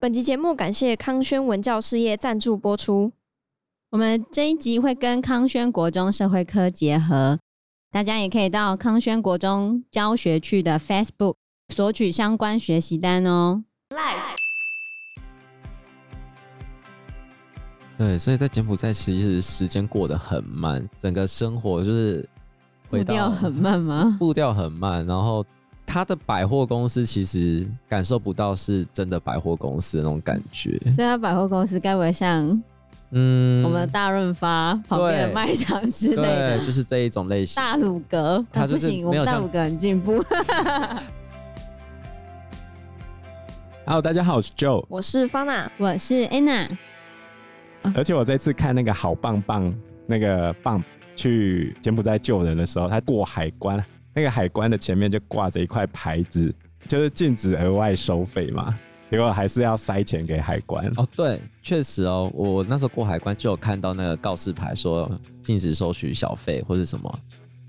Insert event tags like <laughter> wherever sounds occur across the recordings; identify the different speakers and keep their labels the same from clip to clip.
Speaker 1: 本集节目感谢康轩文教事业赞助播出。
Speaker 2: 我们这一集会跟康轩国中社会科结合，大家也可以到康轩国中教学区的 Facebook 索取相关学习单哦。
Speaker 3: 对，所以在柬埔寨其实时间过得很慢，整个生活就是
Speaker 2: 步
Speaker 3: 回到
Speaker 2: 调很慢吗？
Speaker 3: 步调很慢，然后他的百货公司其实感受不到是真的百货公司的那种感觉。
Speaker 2: 所以它百货公司该不会像
Speaker 3: 嗯，
Speaker 2: 我们的大润发旁边的卖场之类
Speaker 3: 对，
Speaker 2: 的？
Speaker 3: 就是这一种类型。
Speaker 2: 大鲁阁，
Speaker 3: 它
Speaker 2: 啊
Speaker 3: 就
Speaker 2: 不
Speaker 3: 是
Speaker 2: 行，我
Speaker 3: 没有
Speaker 2: 们大
Speaker 3: 像
Speaker 2: 鲁阁很进步。 <laughs>
Speaker 3: Hello，大家好，我是 Joe，
Speaker 1: 我是方娜，
Speaker 2: 我是 Anna，
Speaker 4: 而且我这次看那个好棒棒那个棒去柬埔寨救人的时候，他过海关，那个海关的前面就挂着一块牌子，就是禁止额外收费嘛，结果还是要塞钱给海关。
Speaker 3: 哦，对，确实哦，我那时候过海关就有看到那个告示牌说禁止收取小费或是什么，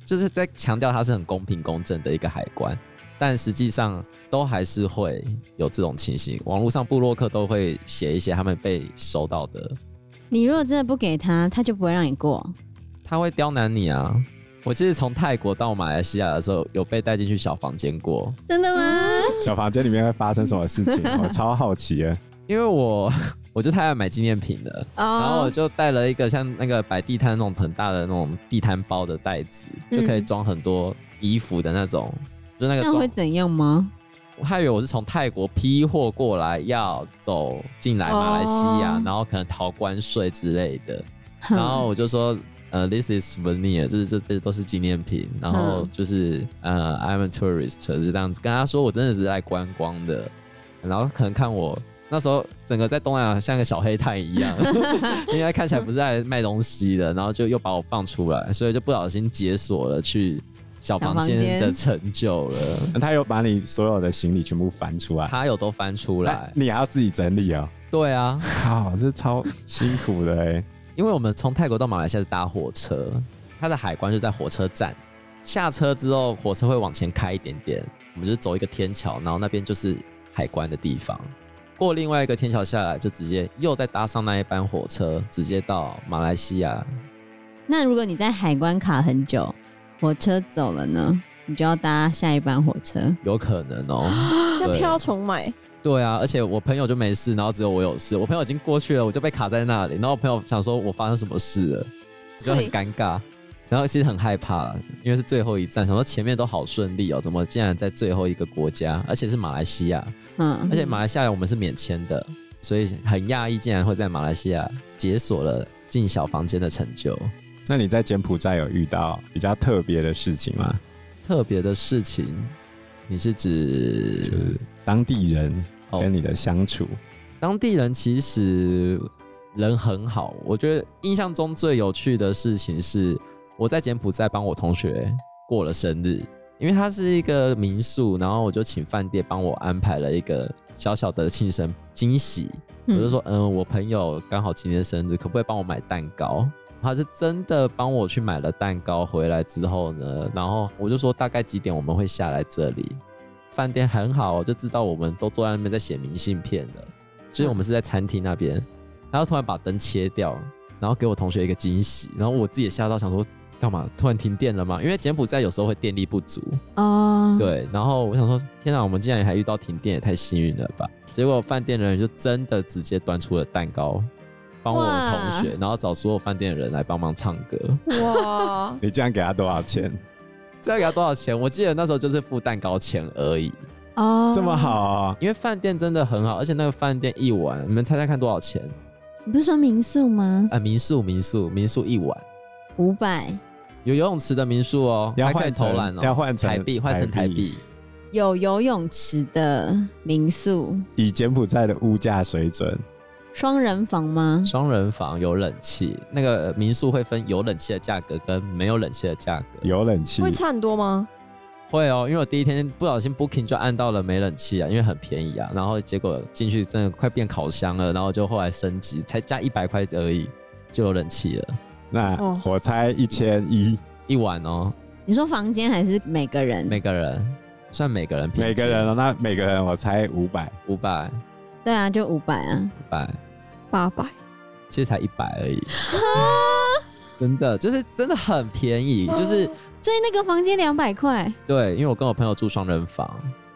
Speaker 3: 就是在强调它是很公平公正的一个海关，但实际上都还是会有这种情形。网络上部落客都会写一些他们被收到的，
Speaker 2: 你如果真的不给他，他就不会让你过。
Speaker 3: 他会刁难你啊。我其实从泰国到马来西亚的时候，有被带进去小房间过，
Speaker 2: 真的吗？
Speaker 4: 小房间里面会发生什么
Speaker 3: <laughs>
Speaker 4: 事情？我超好奇啊！
Speaker 3: 因为我 <laughs> 我就太爱买纪念品了。然后我
Speaker 2: 哦，
Speaker 3: 就带了一个像那个摆地摊那种很大的那种地摊包的袋子，
Speaker 1: 嗯
Speaker 3: 就可以装很多衣服的那种，就那
Speaker 2: 这样
Speaker 3: 个装
Speaker 2: 会。怎样吗？
Speaker 3: 我还以为我是从泰国批货过来，要走进来马来西亚，
Speaker 2: 哦
Speaker 3: 然后可能逃关税之类的。
Speaker 2: 嗯
Speaker 3: 然后我就说，呃，this is souvenir，就是这这都是纪念品。然后
Speaker 2: 嗯
Speaker 3: 就是、呃，I'm a tourist，就是这样子跟他说，我真的只是来观光的。然后可能看我那时候整个在东南亚像个小黑炭
Speaker 2: <laughs>
Speaker 3: 一样，应该看起来不是在卖东西的，然后就又把我放出来，所以就不小心解锁了去小房
Speaker 2: 小房
Speaker 3: 间
Speaker 2: 间
Speaker 3: 的成就了。
Speaker 4: 他有把你所有的行李全部翻出来，
Speaker 3: 他有都翻出
Speaker 2: <laughs>
Speaker 3: 来
Speaker 4: 哎，你还要自己整理哦。
Speaker 3: 对啊，
Speaker 4: 靠，这超辛苦的哎！
Speaker 3: 因为我们从泰国到马来西亚是搭火车，它的海关就在火车站。下车之后，火车会往前开一点点，我们就走一个天桥，然后那边就是海关的地方。过另外一个天桥下来，就直接又再搭上那一班火车，直接到马来西亚。
Speaker 2: 那如果你在海关卡很久，火车走了呢，你就要搭下一班火车。
Speaker 3: 有可能哦、
Speaker 1: 这
Speaker 3: 对
Speaker 1: 票重买，
Speaker 3: 对啊，而且我朋友就没事，然后只有我有事。我朋友已经过去了，我就被卡在那里。然后我朋友想说我发生什么事了，我就很尴尬。然后其实很害怕，因为是最后一站，想说前面都好顺利哦，怎么竟然在最后一个国家，而且是马来西亚，
Speaker 2: 嗯
Speaker 3: 而，且马来西亚我们是免签的，所以很讶异，竟然会在马来西亚解锁了进小房间的成就。
Speaker 4: 那你在柬埔寨有遇到比较特别的事情吗？
Speaker 3: 特别的事情，你是指
Speaker 4: 就是当地人
Speaker 3: 哦
Speaker 4: 跟你的相处，，
Speaker 3: 当地人其实人很好，我觉得印象中最有趣的事情是我在柬埔寨帮我同学过了生日，因为他是一个民宿，然后我就请饭店帮我安排了一个小小的庆生惊喜，我就说，嗯，我朋友刚好今天生日，可不可以帮我买蛋糕？他是真的帮我去买了蛋糕，回来之后呢，然后我就说大概几点我们会下来这里。饭店很好，哦我就知道我们都坐在那边在写明信片了，所以我们是在餐厅那边。然后突然把灯切掉，然后给我同学一个惊喜，然后我自己也吓到，想说干嘛？突然停电了吗？因为柬埔寨有时候会电力不足，
Speaker 2: 哦，，
Speaker 3: 对，然后我想说，天哪，我们竟然还遇到停电，也太幸运了吧！结果饭店的人就真的直接端出了蛋糕，帮我同学，然后找所有饭店的人来帮忙唱歌。 <laughs>
Speaker 1: 哇
Speaker 4: 你这样给他多少钱？
Speaker 3: 这要给他多少钱？我记得那时候就是付蛋糕钱而已，
Speaker 2: 哦，
Speaker 4: 这么好、，哦，
Speaker 3: 因为饭店真的很好，而且那个饭店一晚，你们猜猜看多少钱？
Speaker 2: 你不是说民宿吗？
Speaker 3: 啊、民宿民宿民宿一晚，
Speaker 2: 五百
Speaker 3: 有游泳池的民宿哦，
Speaker 4: 要
Speaker 3: 还可以
Speaker 4: 换成
Speaker 3: 投篮哦，
Speaker 4: 要换成
Speaker 3: 台币换成台
Speaker 4: 台币
Speaker 3: 币。
Speaker 2: 有游泳池的民宿，
Speaker 4: 以柬埔寨的物价水准，
Speaker 2: 双人房吗？
Speaker 3: 双人房有冷气，那个呃民宿会分有冷气的价格跟没有冷气的价格。
Speaker 4: 有冷气
Speaker 1: 会，差很多吗？
Speaker 3: 会哦，因为我第一天不小心 booking 就按到了没冷气啊，因为很便宜啊，然后结果进去真的快变烤箱了，然后就后来升级，才加一百块而已就有冷气了，
Speaker 4: 那
Speaker 1: 哦
Speaker 4: 我猜一千一，
Speaker 3: 一晚哦，
Speaker 2: 你说房间还是每个人？
Speaker 3: 每个人算每个人平均
Speaker 4: 啊每个人哦，那每个人我猜五百，
Speaker 3: 五百，
Speaker 2: 对啊，就五百啊，
Speaker 3: 一百，
Speaker 1: 八百，啊
Speaker 3: 其实才一百而已，真的就是真的很便宜，
Speaker 1: 啊
Speaker 3: 就是
Speaker 2: 所以那个房间两百块，
Speaker 3: 对，因为我跟我朋友住双人房，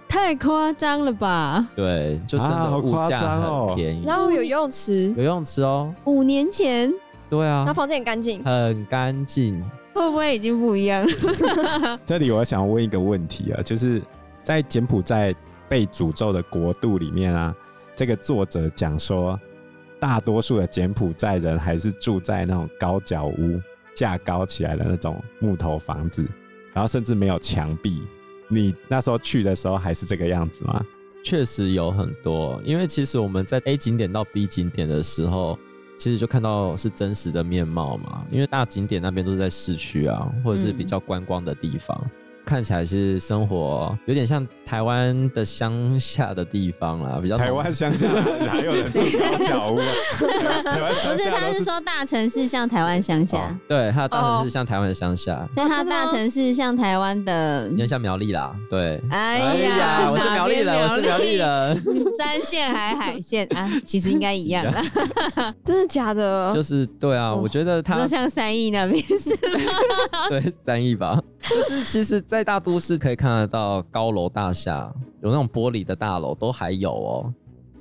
Speaker 2: 太夸张了吧？
Speaker 3: 对，就真
Speaker 4: 啊
Speaker 3: 的
Speaker 4: 好
Speaker 3: 物
Speaker 4: 夸
Speaker 3: 价
Speaker 4: 张哦
Speaker 3: 很便宜，
Speaker 1: 然后有游泳池，
Speaker 3: 游泳池哦，
Speaker 2: 五年前
Speaker 3: 对
Speaker 1: 然后
Speaker 3: 啊，
Speaker 1: 房间很干净，
Speaker 3: 很干净，
Speaker 2: 会不会已经不一样
Speaker 3: <laughs>
Speaker 2: 了？
Speaker 4: 这里我想问一个问题啊，就是在柬埔寨被诅咒的国度里面啊，这个作者讲说，大多数的柬埔寨人还是住在那种高脚屋，架高起来的那种木头房子，然后甚至没有墙壁。你那时候去的时候还是这个样子吗？
Speaker 3: 确实有很多，因为其实我们在 A 景点到 B 景点的时候，其实就看到是真实的面貌嘛。因为大景点那边都是在市区啊，或者是比较观光的地方，看起来是生活有点像台湾的乡下的地方啦，比较
Speaker 4: 台湾乡下哪有人住高脚屋、啊？台湾
Speaker 2: 不
Speaker 4: 乡
Speaker 2: 是，
Speaker 4: 下
Speaker 2: 他
Speaker 4: 都
Speaker 2: 是
Speaker 4: 是
Speaker 2: 说大城市像台湾乡下，
Speaker 4: 哦
Speaker 3: 对它的大城市像台湾的乡下，
Speaker 2: 所以它
Speaker 1: 真的吗
Speaker 2: 大城市像台湾的
Speaker 3: 有，点像苗栗啦，对。
Speaker 2: 哎呀，
Speaker 3: 我是苗栗人，我是苗
Speaker 2: <laughs>
Speaker 3: 栗，人，
Speaker 2: 山线还海线
Speaker 3: <laughs>
Speaker 2: 啊，其实应该一样啦。
Speaker 1: 真的假的
Speaker 3: 就？是对啊，我觉得
Speaker 2: 你
Speaker 3: 它
Speaker 2: 说像三义那边
Speaker 3: <laughs>
Speaker 2: 是
Speaker 3: 对， <laughs> 三亿吧。就是其实，在大都市可以看得到高楼大厦，有那种玻璃的大楼都还有哦。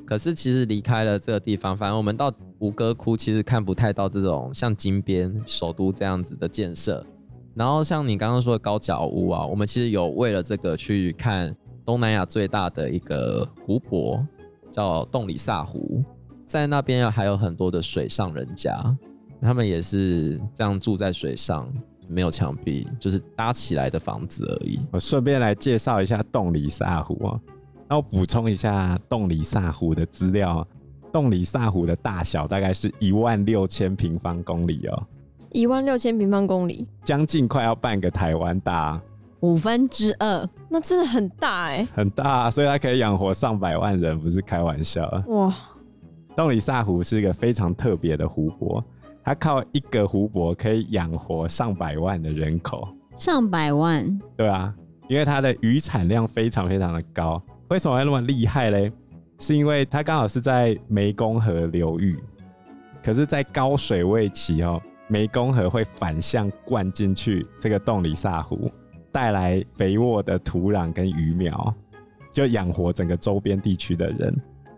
Speaker 3: 可是其实离开了这个地方，反正我们到吴哥窟，其实看不太到这种像金边首都这样子的建设。然后像你刚刚说的高脚屋啊，我们其实有为了这个去看东南亚最大的一个湖泊，叫洞里萨湖，在那边啊还有很多的水上人家，他们也是这样住在水上，没有墙壁，就是搭起来的房子而已。
Speaker 4: 我顺便来介绍一下洞里萨湖哦，然后补充一下洞里萨湖的资料哦。洞里萨湖的大小大概是一万六千平方公里哦，
Speaker 1: 一万六千平方公里，
Speaker 4: 将近快要半个台湾大，
Speaker 2: 五分之二，
Speaker 1: 那真的很大哎、
Speaker 4: 很大，所以它可以养活上百万人，不是开玩笑啊。
Speaker 1: 哇，
Speaker 4: 洞里萨湖是一个非常特别的湖泊，它靠一个湖泊可以养活上百万的人口。
Speaker 2: 上百万，
Speaker 4: 对啊，因为它的鱼产量非常非常的高。为什么会那么厉害嘞？是因为它刚好是在湄公河流域，可是，在高水位期哦，湄公河会反向灌进去这个洞里萨湖，带来肥沃的土壤跟鱼苗，就养活整个周边地区的人。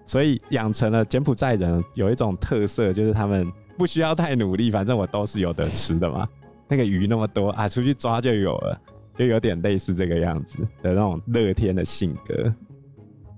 Speaker 4: 所以养成了柬埔寨人有一种特色，就是他们不需要太努力，反正我都是有得吃的嘛。那个鱼那么多啊，出去抓就有了。就有点类似这个样子的那种乐天的性格。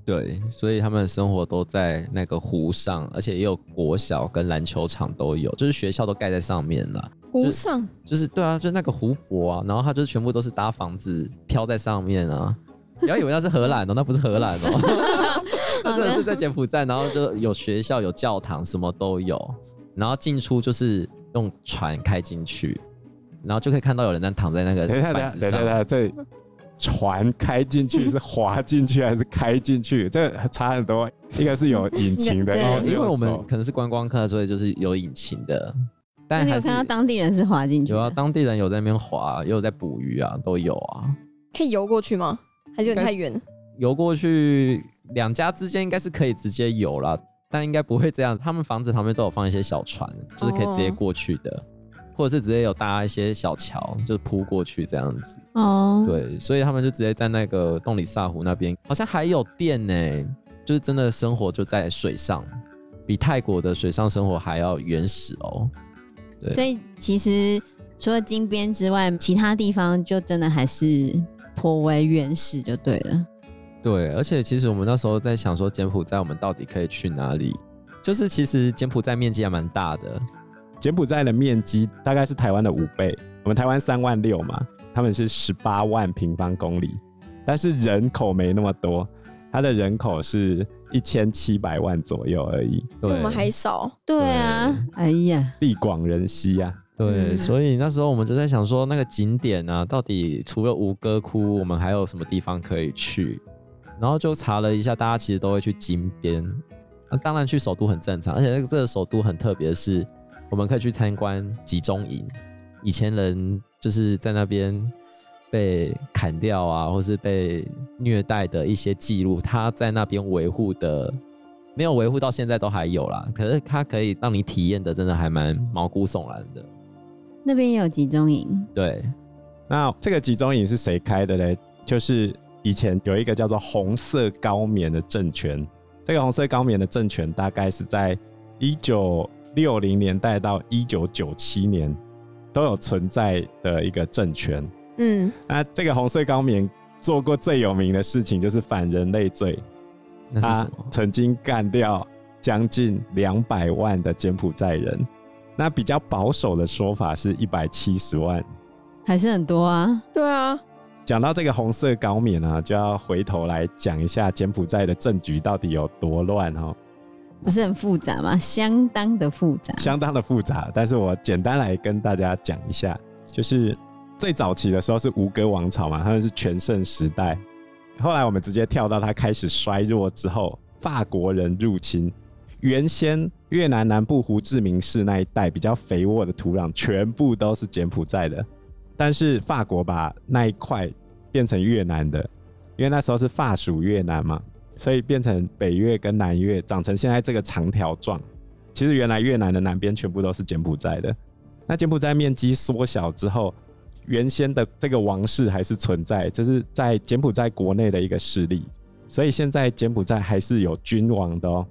Speaker 3: 对，所以他们生活都在那个湖上，而且也有国小跟篮球场都有，就是学校都盖在上面了。
Speaker 1: 湖上
Speaker 3: 就是对啊，就那个湖泊啊，然后它就全部都是搭房子飘在上面啊。不要以为那是荷兰哦，那不是荷兰哦， <laughs> 那真的是在柬埔寨，然后就有学校、有教堂，什么都有，然后进出就是用船开进去，然后就可以看到有人在躺在那个
Speaker 4: <laughs> 等一下，等
Speaker 3: 板
Speaker 4: 一下，
Speaker 3: 子
Speaker 4: 等一下，
Speaker 3: 上
Speaker 4: 等一。下，这船开进去是滑进去还是开进 <laughs> 去？这差很多，一个是有引
Speaker 3: <laughs>
Speaker 4: 擎的，
Speaker 2: 对
Speaker 4: 一
Speaker 3: 哦
Speaker 4: 个，是
Speaker 3: 因为
Speaker 4: 有
Speaker 3: 我们
Speaker 4: 手
Speaker 3: 可能是观光客，所以就是有引擎的，
Speaker 2: 那
Speaker 3: 但
Speaker 2: 你有
Speaker 3: 还是
Speaker 2: 看到当地人是滑进去
Speaker 3: 有啊，
Speaker 2: 的？
Speaker 3: 当地人有在那边滑，也有在捕鱼啊，都有啊。
Speaker 1: 可以游过去吗？还是有点太远？
Speaker 3: 游过去两家之间应该是可以直接游啦，但应该不会这样。他们房子旁边都有放一些小船，就是可以
Speaker 2: 哦
Speaker 3: 直接过去的，或者是直接有搭一些小桥，就是铺过去这样子。
Speaker 2: 哦，
Speaker 3: 对，所以他们就直接在那个洞里萨湖那边，好像还有店呢、就是真的生活就在水上，比泰国的水上生活还要原始哦。对
Speaker 2: 所以其实除了金边之外，其他地方就真的还是颇为原始，就对了。
Speaker 3: 对，而且其实我们那时候在想说，柬埔寨我们到底可以去哪里？就是其实柬埔寨面积还蛮大的，
Speaker 4: 柬埔寨的面积大概是台湾的五倍，我们台湾三万六嘛，他们是十八万平方公里，但是人口没那么多，它的人口是一千七百万左右而已，
Speaker 1: 比
Speaker 3: 对，
Speaker 1: 我们还少，
Speaker 2: 对啊，哎呀，
Speaker 4: 地广人稀啊。
Speaker 3: 对，
Speaker 1: 嗯
Speaker 3: 所以那时候我们就在想说，那个景点啊，到底除了吴哥窟，我们还有什么地方可以去？然后就查了一下，大家其实都会去金边。那、当然去首都很正常，而且这个这个首都很特别，是我们可以去参观集中营。以前人就是在那边被砍掉啊，或是被虐待的一些记录，他在那边维护的没有维护到现在都还有啦。可是它可以让你体验的，真的还蛮毛骨悚然的。
Speaker 2: 那边也有集中营，
Speaker 3: 对，
Speaker 4: 那这个集中营是谁开的嘞？就是以前有一个叫做红色高棉的政权，这个红色高棉的政权大概是在一九六零年代到一九九七年都有存在的一个政权。
Speaker 1: 嗯，
Speaker 4: 那这个红色高棉做过最有名的事情就是反人类罪，
Speaker 3: 那是
Speaker 2: 啊
Speaker 4: 他
Speaker 3: 什么？
Speaker 4: 曾经干掉将近两百万的柬埔寨人。那比较保守的说法是一百七十万
Speaker 2: 还是很多啊。
Speaker 1: 对啊，
Speaker 4: 讲到这个红色高棉啊，就要回头来讲一下柬埔寨的政局到底有多乱哦，
Speaker 2: 不是很复杂吗？相当的复杂。
Speaker 4: 相当的复杂。但是我简单来跟大家讲一下，就是最早期的时候是吴哥王朝嘛，他们是全盛时代。后来我们直接跳到它开始衰弱之后，法国人入侵。原先越南南部胡志明市那一带比较肥沃的土壤，全部都是柬埔寨的。但是法国把那一块变成越南的，因为那时候是法属越南嘛，所以变成北越跟南越长成现在这个长条状。其实原来越南的南边全部都是柬埔寨的，那柬埔寨面积缩小之后，原先的这个王室还是存在，这是在柬埔寨国内的一个势力，所以现在柬埔寨还是有君王的哦，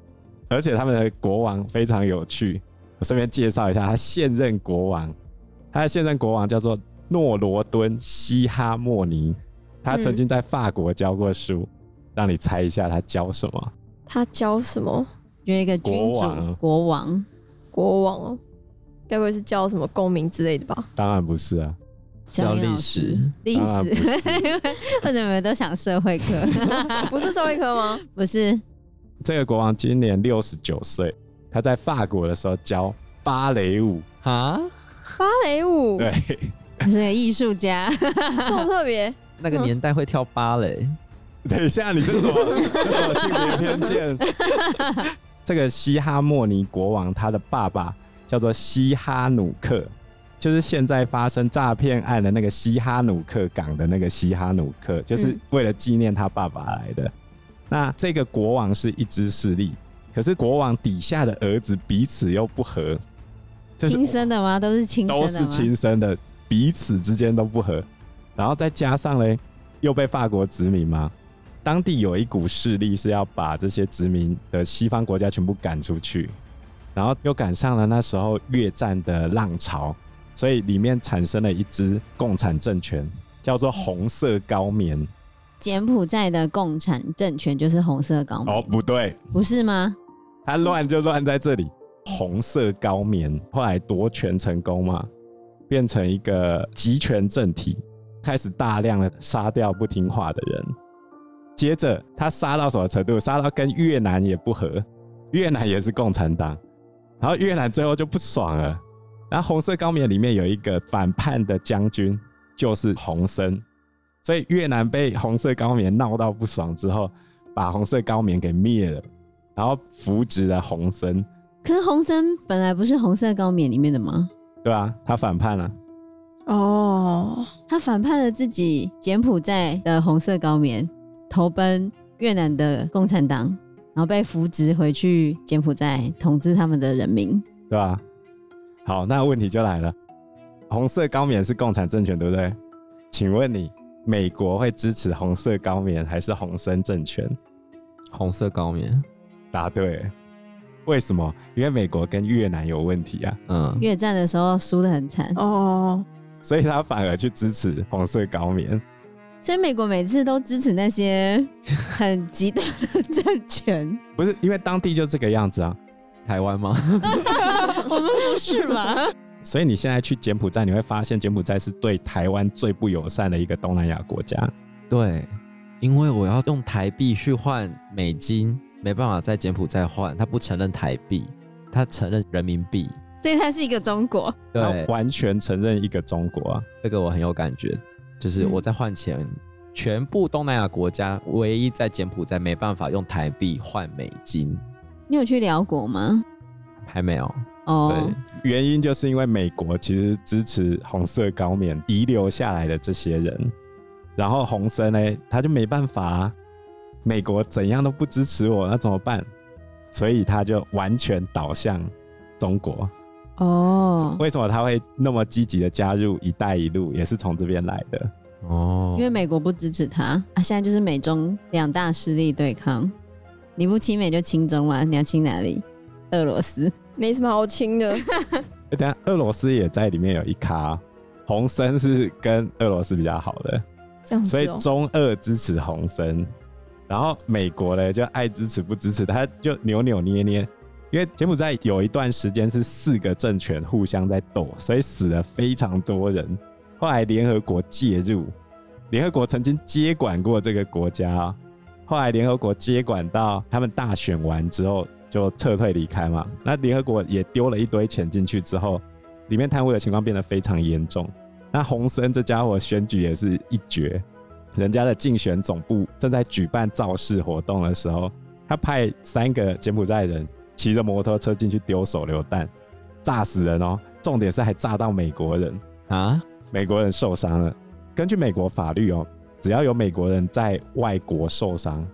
Speaker 4: 而且他们的国王非常有趣，我顺便介绍一下他现任国王，他的现任国王叫做诺罗敦·西哈莫尼，他曾经在法国教过书，让你猜一下他教什么？
Speaker 1: 他教什么
Speaker 2: 就一个君主国
Speaker 4: 国王
Speaker 2: 王
Speaker 1: 国王哦？该不会是教什么公民之类的
Speaker 3: <laughs>
Speaker 1: 吧？
Speaker 4: 当然不是啊，
Speaker 2: 小
Speaker 3: 教
Speaker 2: 林
Speaker 3: 历
Speaker 2: 老师
Speaker 3: 史
Speaker 2: 历
Speaker 4: 当然
Speaker 2: 史
Speaker 4: 不，是
Speaker 2: 为什么都想社会课？
Speaker 1: 不是社会科吗？
Speaker 2: <laughs> 不是
Speaker 4: 这个国王今年六十九岁，他在法国的时候教芭蕾舞，
Speaker 2: 啊
Speaker 3: 哈，
Speaker 1: 芭蕾舞
Speaker 4: 对， <laughs>
Speaker 2: 是个艺术家，
Speaker 1: 这么特别，
Speaker 3: <laughs> 那个年代会跳芭蕾，
Speaker 4: 等一下，你这是什么？这是什么性别偏见？这个西哈莫尼国王，他的爸爸叫做西哈努克，就是现在发生诈骗案的那个西哈努克港的那个西哈努克，就是
Speaker 1: 嗯
Speaker 4: 为了纪念他爸爸来的。那这个国王是一支势力，可是国王底下的儿子彼此又不和，就是
Speaker 2: 亲生的吗？都是亲
Speaker 4: 都
Speaker 2: 生的
Speaker 4: 是
Speaker 2: 吗？
Speaker 4: 亲生的，彼此之间都不和，然后再加上嘞，又被法国殖民嘛，当地有一股势力是要把这些殖民的西方国家全部赶出去，然后又赶上了那时候越战的浪潮，所以里面产生了一支共产政权，叫做红色高棉。
Speaker 2: 柬埔寨的共产政权就是红色高棉，
Speaker 4: 哦，不对，
Speaker 2: 不是吗？
Speaker 4: 它乱就乱在这里。红色高棉后来夺权成功嘛，变成一个集权政体，开始大量的杀掉不听话的人。接着他杀到什么程度？杀到跟越南也不和，越南也是共产党，然后越南最后就不爽了。然后红色高棉里面有一个反叛的将军，就是洪森，所以越南被红色高棉闹到不爽之后，把红色高棉给灭了。然后扶植了洪森，
Speaker 2: 可是洪森本来不是红色高棉里面的吗？
Speaker 4: 对吧、他反叛了，
Speaker 1: 哦，
Speaker 2: 他反叛了自己柬埔寨的红色高棉，投奔越南的共产党，然后被扶植回去柬埔寨统治他们的人民。
Speaker 4: 对吧、好，那问题就来了，红色高棉是共产政权，对不对？请问你，美国会支持红色高棉还是洪森政权？
Speaker 3: 红色高棉，
Speaker 4: 答对，为什么？因为美国跟越南有问题啊，
Speaker 3: 嗯，
Speaker 2: 越战的时候输得很惨，
Speaker 1: 哦，
Speaker 4: 所以他反而去支持红色高棉。
Speaker 2: 所以美国每次都支持那些很极端的政权。
Speaker 4: 不是因为当地就这个样子啊，
Speaker 3: 台湾吗？
Speaker 2: 我们不是吧？
Speaker 4: 所以你现在去柬埔寨，你会发现柬埔寨是对台湾最不友善的一个东南亚国家。
Speaker 3: <laughs> 对，因为我要用台币去换美金，没办法在柬埔寨换，他不承认台币，他承认人民币。
Speaker 2: 所以它是一个中国。
Speaker 3: 对
Speaker 4: 它，完全承认一个中国啊。
Speaker 3: 这个我很有感觉，就是
Speaker 1: 嗯
Speaker 3: 我在换钱，全部东南亚国家唯一在柬埔寨没办法用台币换美金，
Speaker 2: 你有去辽国吗？
Speaker 3: 还没有。
Speaker 2: 哦
Speaker 3: 对，，
Speaker 4: 原因就是因为美国其实支持红色高棉遗留下来的这些人，然后洪森呢，他就没办法、啊，美国怎样都不支持我，那怎么办？所以他就完全倒向中国。
Speaker 2: 哦，
Speaker 4: 为什么他会那么积极的加入“一带一路”，也是从这边来的？
Speaker 3: 哦
Speaker 2: 因为美国不支持他啊，现在就是美中两大势力对抗，你不亲美就亲中嘛，你要亲哪里？俄罗斯
Speaker 1: <laughs> 没什么好亲的。
Speaker 4: 诶等一下俄罗斯也在里面有一咖哦，洪森是跟俄罗斯比较好的，
Speaker 1: 这样子
Speaker 4: 所以
Speaker 1: 哦、
Speaker 4: 中俄支持洪森，然后美国呢就爱支持不支持，他就扭扭捏捏。因为柬埔寨有一段时间是四个政权互相在斗，所以死了非常多人。后来联合国介入，联合国曾经接管过这个国家哦、后来联合国接管到他们大选完之后就撤退离开嘛。那联合国也丢了一堆钱进去之后，里面贪污的情况变得非常严重。那洪森这家伙选举也是一绝，人家的竞选总部正在举办造势活动的时候，他派三个柬埔寨人骑着摩托车进去丢手榴弹，炸死人哦！重点是还炸到美国人，
Speaker 3: 啊，
Speaker 4: 美国人受伤了。根据美国法律哦，只要有美国人在外国受伤，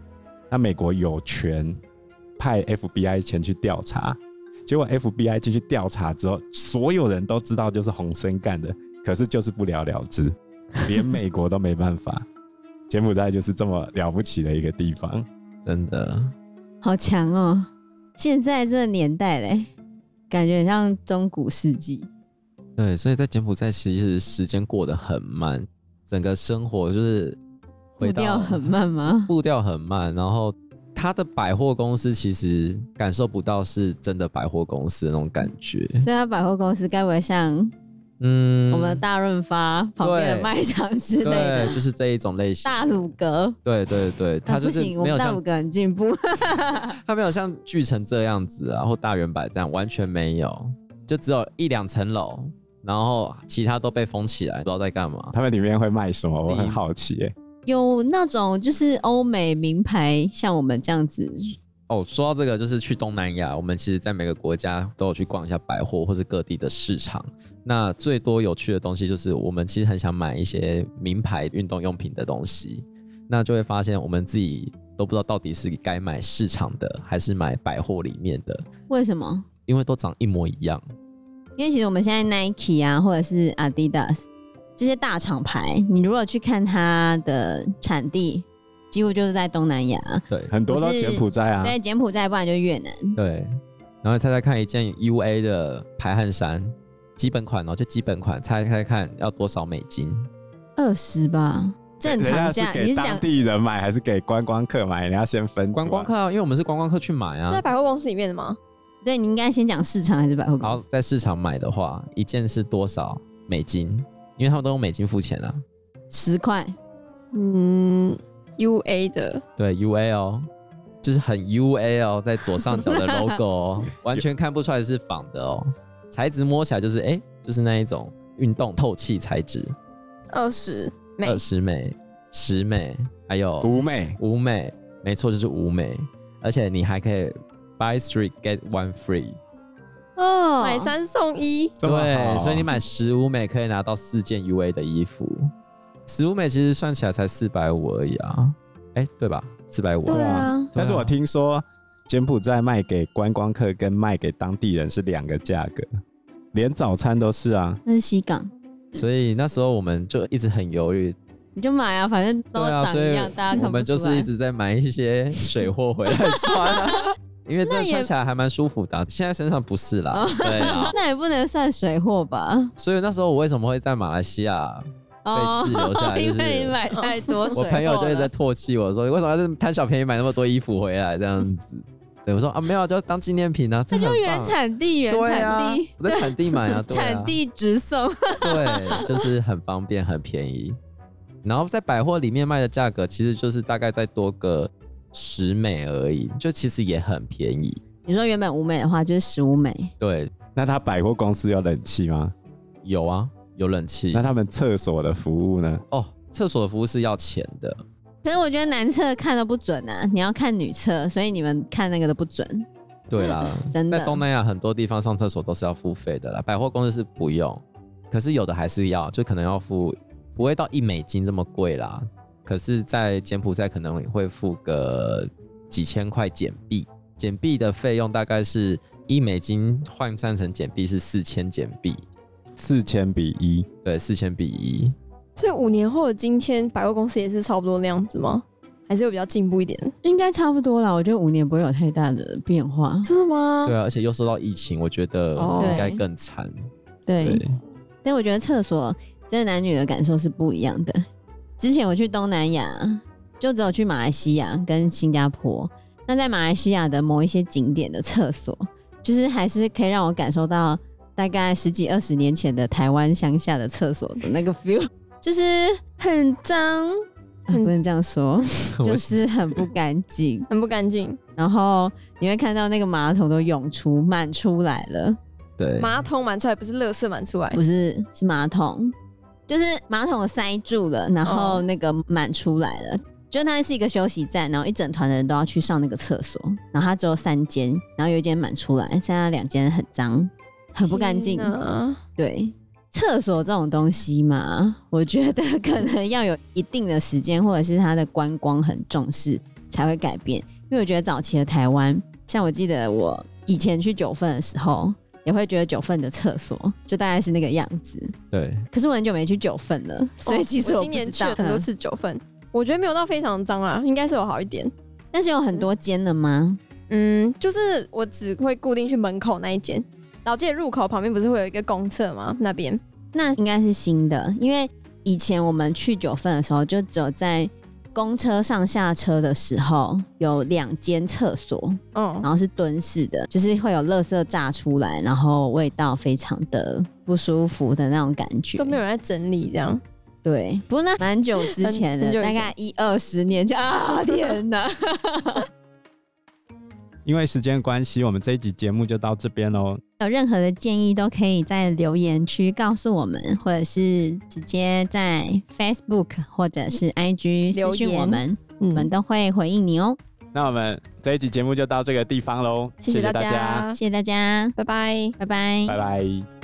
Speaker 4: 那美国有权派 FBI 前去调查。结果 FBI 进去调查之后，所有人都知道就是洪森干的，可是就是不了了
Speaker 2: <laughs>
Speaker 4: 之，连美国都没办法。柬埔寨就是这么了不起的一个地方。
Speaker 3: 真的，
Speaker 2: 好强哦！现在这个年代嘞，感觉很像中古世纪。
Speaker 3: 对，所以在柬埔寨其实时间过得很慢，整个生活就是
Speaker 2: 步
Speaker 3: 回到
Speaker 2: 调很，慢吗？
Speaker 3: 步调很慢，然后。他的百货公司其实感受不到是真的百货公司的那种感觉，
Speaker 2: 所以它百货公司该不会像
Speaker 3: 嗯，
Speaker 2: 我们的大润发旁边的卖场之类的
Speaker 3: 对，就是这一种类型，
Speaker 2: 大鲁阁？
Speaker 3: 对对对，他
Speaker 2: 啊
Speaker 3: 就
Speaker 2: 不
Speaker 3: 是
Speaker 2: 行，我
Speaker 3: 没有
Speaker 2: 们大
Speaker 3: 像
Speaker 2: 鲁阁很进步。
Speaker 3: 它没有像巨城这样子啊，或大圆柏这样，完全没有，就只有一两层楼，然后其他都被封起来，不知道在干嘛。
Speaker 4: 他们里面会卖什么？我很好奇、耶。
Speaker 2: 有那种就是欧美名牌，像我们这样子，
Speaker 3: 哦，说到这个，就是去东南亚，我们其实在每个国家都有去逛一下百货或是各地的市场。那最多有趣的东西就是，我们其实很想买一些名牌运动用品的东西，那就会发现我们自己都不知道到底是该买市场的还是买百货里面的，
Speaker 2: 为什么？
Speaker 3: 因为都长一模一样。
Speaker 2: 因为其实我们现在 Nike 啊，或者是 Adidas 这些大厂牌，你如果去看它的产地，几乎就是在东南亚，
Speaker 3: 对
Speaker 4: 很多
Speaker 2: 我
Speaker 4: 到
Speaker 2: 是
Speaker 4: 柬埔寨啊，
Speaker 2: 对，柬埔寨，不然就越南。
Speaker 3: 对，然后猜猜看，一件 U A 的排汗衫，基本款哦，就基本款，猜猜看要多少美金？
Speaker 2: 二十吧，正
Speaker 4: 人
Speaker 2: 常
Speaker 4: 家是
Speaker 2: 价。你
Speaker 4: 给
Speaker 2: 是
Speaker 4: 当
Speaker 2: 讲
Speaker 4: 地人买还是给观光客买？你要先分出来
Speaker 3: 观光客、啊，因为我们是观光客去买
Speaker 1: 在
Speaker 3: 啊。
Speaker 1: 百货公司里面的吗？
Speaker 2: 对？你应该先讲市场还是百货
Speaker 3: 然
Speaker 2: 公
Speaker 3: 后
Speaker 2: 司？
Speaker 3: 在市场买的话，一件是多少美金？因为他们都用美金付钱啊。
Speaker 2: 十块，
Speaker 1: 嗯，U A 的，
Speaker 3: 对，U A 哦，就是很 U A 哦，在左上角的 logo
Speaker 4: <laughs>
Speaker 3: 哦，完全看不出来是仿的哦，材质摸起来就是哎、就是那一种运动透气材质，
Speaker 1: 二十美
Speaker 3: 二十美、十美，还有
Speaker 4: 五美，
Speaker 3: 五美，没错，就是五美，而且你还可以 buy three get one free，
Speaker 2: 哦
Speaker 1: 买三送一，
Speaker 4: 这么
Speaker 3: 对，
Speaker 4: 好
Speaker 3: 所以你买十五美可以拿到四件 U A 的衣服，十五美其实算起来才四百五而已啊，哎、对吧？四百五，
Speaker 2: 对啊，
Speaker 4: 但是
Speaker 3: 对啊
Speaker 4: 我听说柬埔寨卖给观光客跟卖给当地人是两个价格，连早餐都是啊。
Speaker 2: 那是西港，
Speaker 3: 所以那时候我们就一直很犹豫，
Speaker 2: 你就买啊，反正
Speaker 3: 对
Speaker 2: 都
Speaker 3: 啊，
Speaker 2: 长
Speaker 3: 所
Speaker 2: 一
Speaker 3: 以
Speaker 2: 样，大家
Speaker 3: 我
Speaker 2: 看不
Speaker 3: 们
Speaker 2: 出
Speaker 3: 就是一
Speaker 2: 来。
Speaker 3: 直在买一些水货回来穿啊，
Speaker 2: <laughs>
Speaker 3: 因为真的
Speaker 2: 那也
Speaker 3: 穿起来还蛮舒服的啊、现在身上不是
Speaker 2: 哦
Speaker 3: 啦，对啊，
Speaker 2: 那也不能算水货吧？
Speaker 3: 所以那时候我为什么会在马来西亚被滞留下来就
Speaker 2: 哦 <laughs> 因
Speaker 3: 是
Speaker 2: 为你买太多水货
Speaker 3: 我
Speaker 2: 了
Speaker 3: 朋友就一直在唾弃我说，你为什么要贪小便宜买那么多衣服回来这样子？对我说啊，没有，就当纪念品啊，这
Speaker 2: 那就
Speaker 3: 很棒
Speaker 2: 原产地，原
Speaker 3: 对
Speaker 2: 产
Speaker 3: 啊
Speaker 2: 地，，
Speaker 3: 我在产地
Speaker 2: <laughs>
Speaker 3: 买啊，对啊
Speaker 2: 产地直送。 <laughs>
Speaker 3: 对，就是很方便，很便宜。然后在百货里面卖的价格，其实就是大概再多个十美而已，就其实也很便宜。
Speaker 2: 你说原本五美的话，就是十五美。
Speaker 3: 对，
Speaker 4: 那他百货公司有冷气吗？
Speaker 3: 有啊，有冷气
Speaker 4: 那他们厕所的服务呢？
Speaker 3: 哦。厕所的服务是要钱的，
Speaker 2: 可是我觉得男厕看的不准啊，你要看女厕，所以你们看那个都不准。
Speaker 3: 对啦，
Speaker 2: 真的
Speaker 3: 嗯在东南亚很多地方上厕所都是要付费的啦，百货公司是不用，可是有的还是要，就可能要付，不会到一美金这么贵啦。可是，在柬埔寨可能会付个几千块柬币，柬币的费用大概是一美金换算成柬币是四千柬币，
Speaker 4: 四千比一，
Speaker 3: 对，四千比一。
Speaker 1: 所以五年后的今天，百货公司也是差不多那样子吗？还是有比较进步一点？
Speaker 2: 应该差不多啦。我觉得五年不会有太大的变化。
Speaker 1: 真的
Speaker 2: 嗯
Speaker 1: 吗？
Speaker 3: 对啊，而且又受到疫情，我觉得
Speaker 1: 哦
Speaker 3: 应该更惨。
Speaker 2: 对，
Speaker 3: 对， <laughs>
Speaker 2: 但我觉得厕所真的男女的感受是不一样的。之前我去东南亚，就只有去马来西亚跟新加坡。那在马来西亚的某一些景点的厕所，就是还是可以让我感受到大概十几二十年前的台湾乡下的厕所的那个 feel，就是 <laughs> 很脏，啊
Speaker 1: 很
Speaker 2: 不能这样说，就
Speaker 3: 我
Speaker 2: 是很不干净。
Speaker 1: 很不干净，
Speaker 2: 然后你会看到那个马桶都涌出、满出来了。
Speaker 3: 对，
Speaker 1: 马桶满出来不是垃圾满出来
Speaker 2: 不是是马桶，就是马桶塞住了，然后
Speaker 1: 哦
Speaker 2: 那个满出来了。就它是一个休息站，然后一整团的人都要去上那个厕所，然后它只有三间，然后有一间满出来，剩下两间很脏，很不干净。
Speaker 1: 天哪
Speaker 2: 对，厕所这种东西嘛， <laughs> 我觉得可能要有一定的时间，或者是它的观光很重视才会改变。因为我觉得早期的台湾，像我记得我以前去九份的时候，也会觉得九份的厕所就大概是那个样子。
Speaker 3: 对，
Speaker 2: 可是我很久没去九份了，所以其实
Speaker 1: 哦我
Speaker 2: 不
Speaker 1: 今年
Speaker 2: 知
Speaker 1: 去
Speaker 2: 道
Speaker 1: 了很多次九份，我觉得没有到非常脏啊，应该是有好一点。
Speaker 2: 但是有很多间了吗？
Speaker 1: 嗯，就是我只会固定去门口那一间，老街入口旁边不是会有一个公厕吗？那边
Speaker 2: 那应该是新的，因为以前我们去九份的时候，就只有在公车上下车的时候有两间厕所，
Speaker 1: 嗯
Speaker 2: 然后是蹲式的，就是会有垃圾炸出来，然后味道非常的不舒服的那种感觉。
Speaker 1: 都没有人在整理这样。
Speaker 2: 对，不过那蛮久之前的
Speaker 1: 很，久以
Speaker 2: 大
Speaker 1: 前
Speaker 2: 概一二十年 <laughs> 前啊，天哪！
Speaker 4: 因为时间关系，我们这一集节目就到这边喽。
Speaker 2: 有任何的建议都可以在留言区告诉我们，或者是直接在 Facebook 或者是 IG
Speaker 1: 留
Speaker 2: 私讯
Speaker 1: 言
Speaker 2: 我们，我们
Speaker 1: 嗯，
Speaker 2: 都会回应你哦。
Speaker 4: 那我们这一集节目就到这个地方喽，
Speaker 1: 谢谢
Speaker 4: 大
Speaker 1: 大家
Speaker 2: 谢谢大家，
Speaker 1: 拜拜。
Speaker 2: 拜拜，
Speaker 4: 拜拜。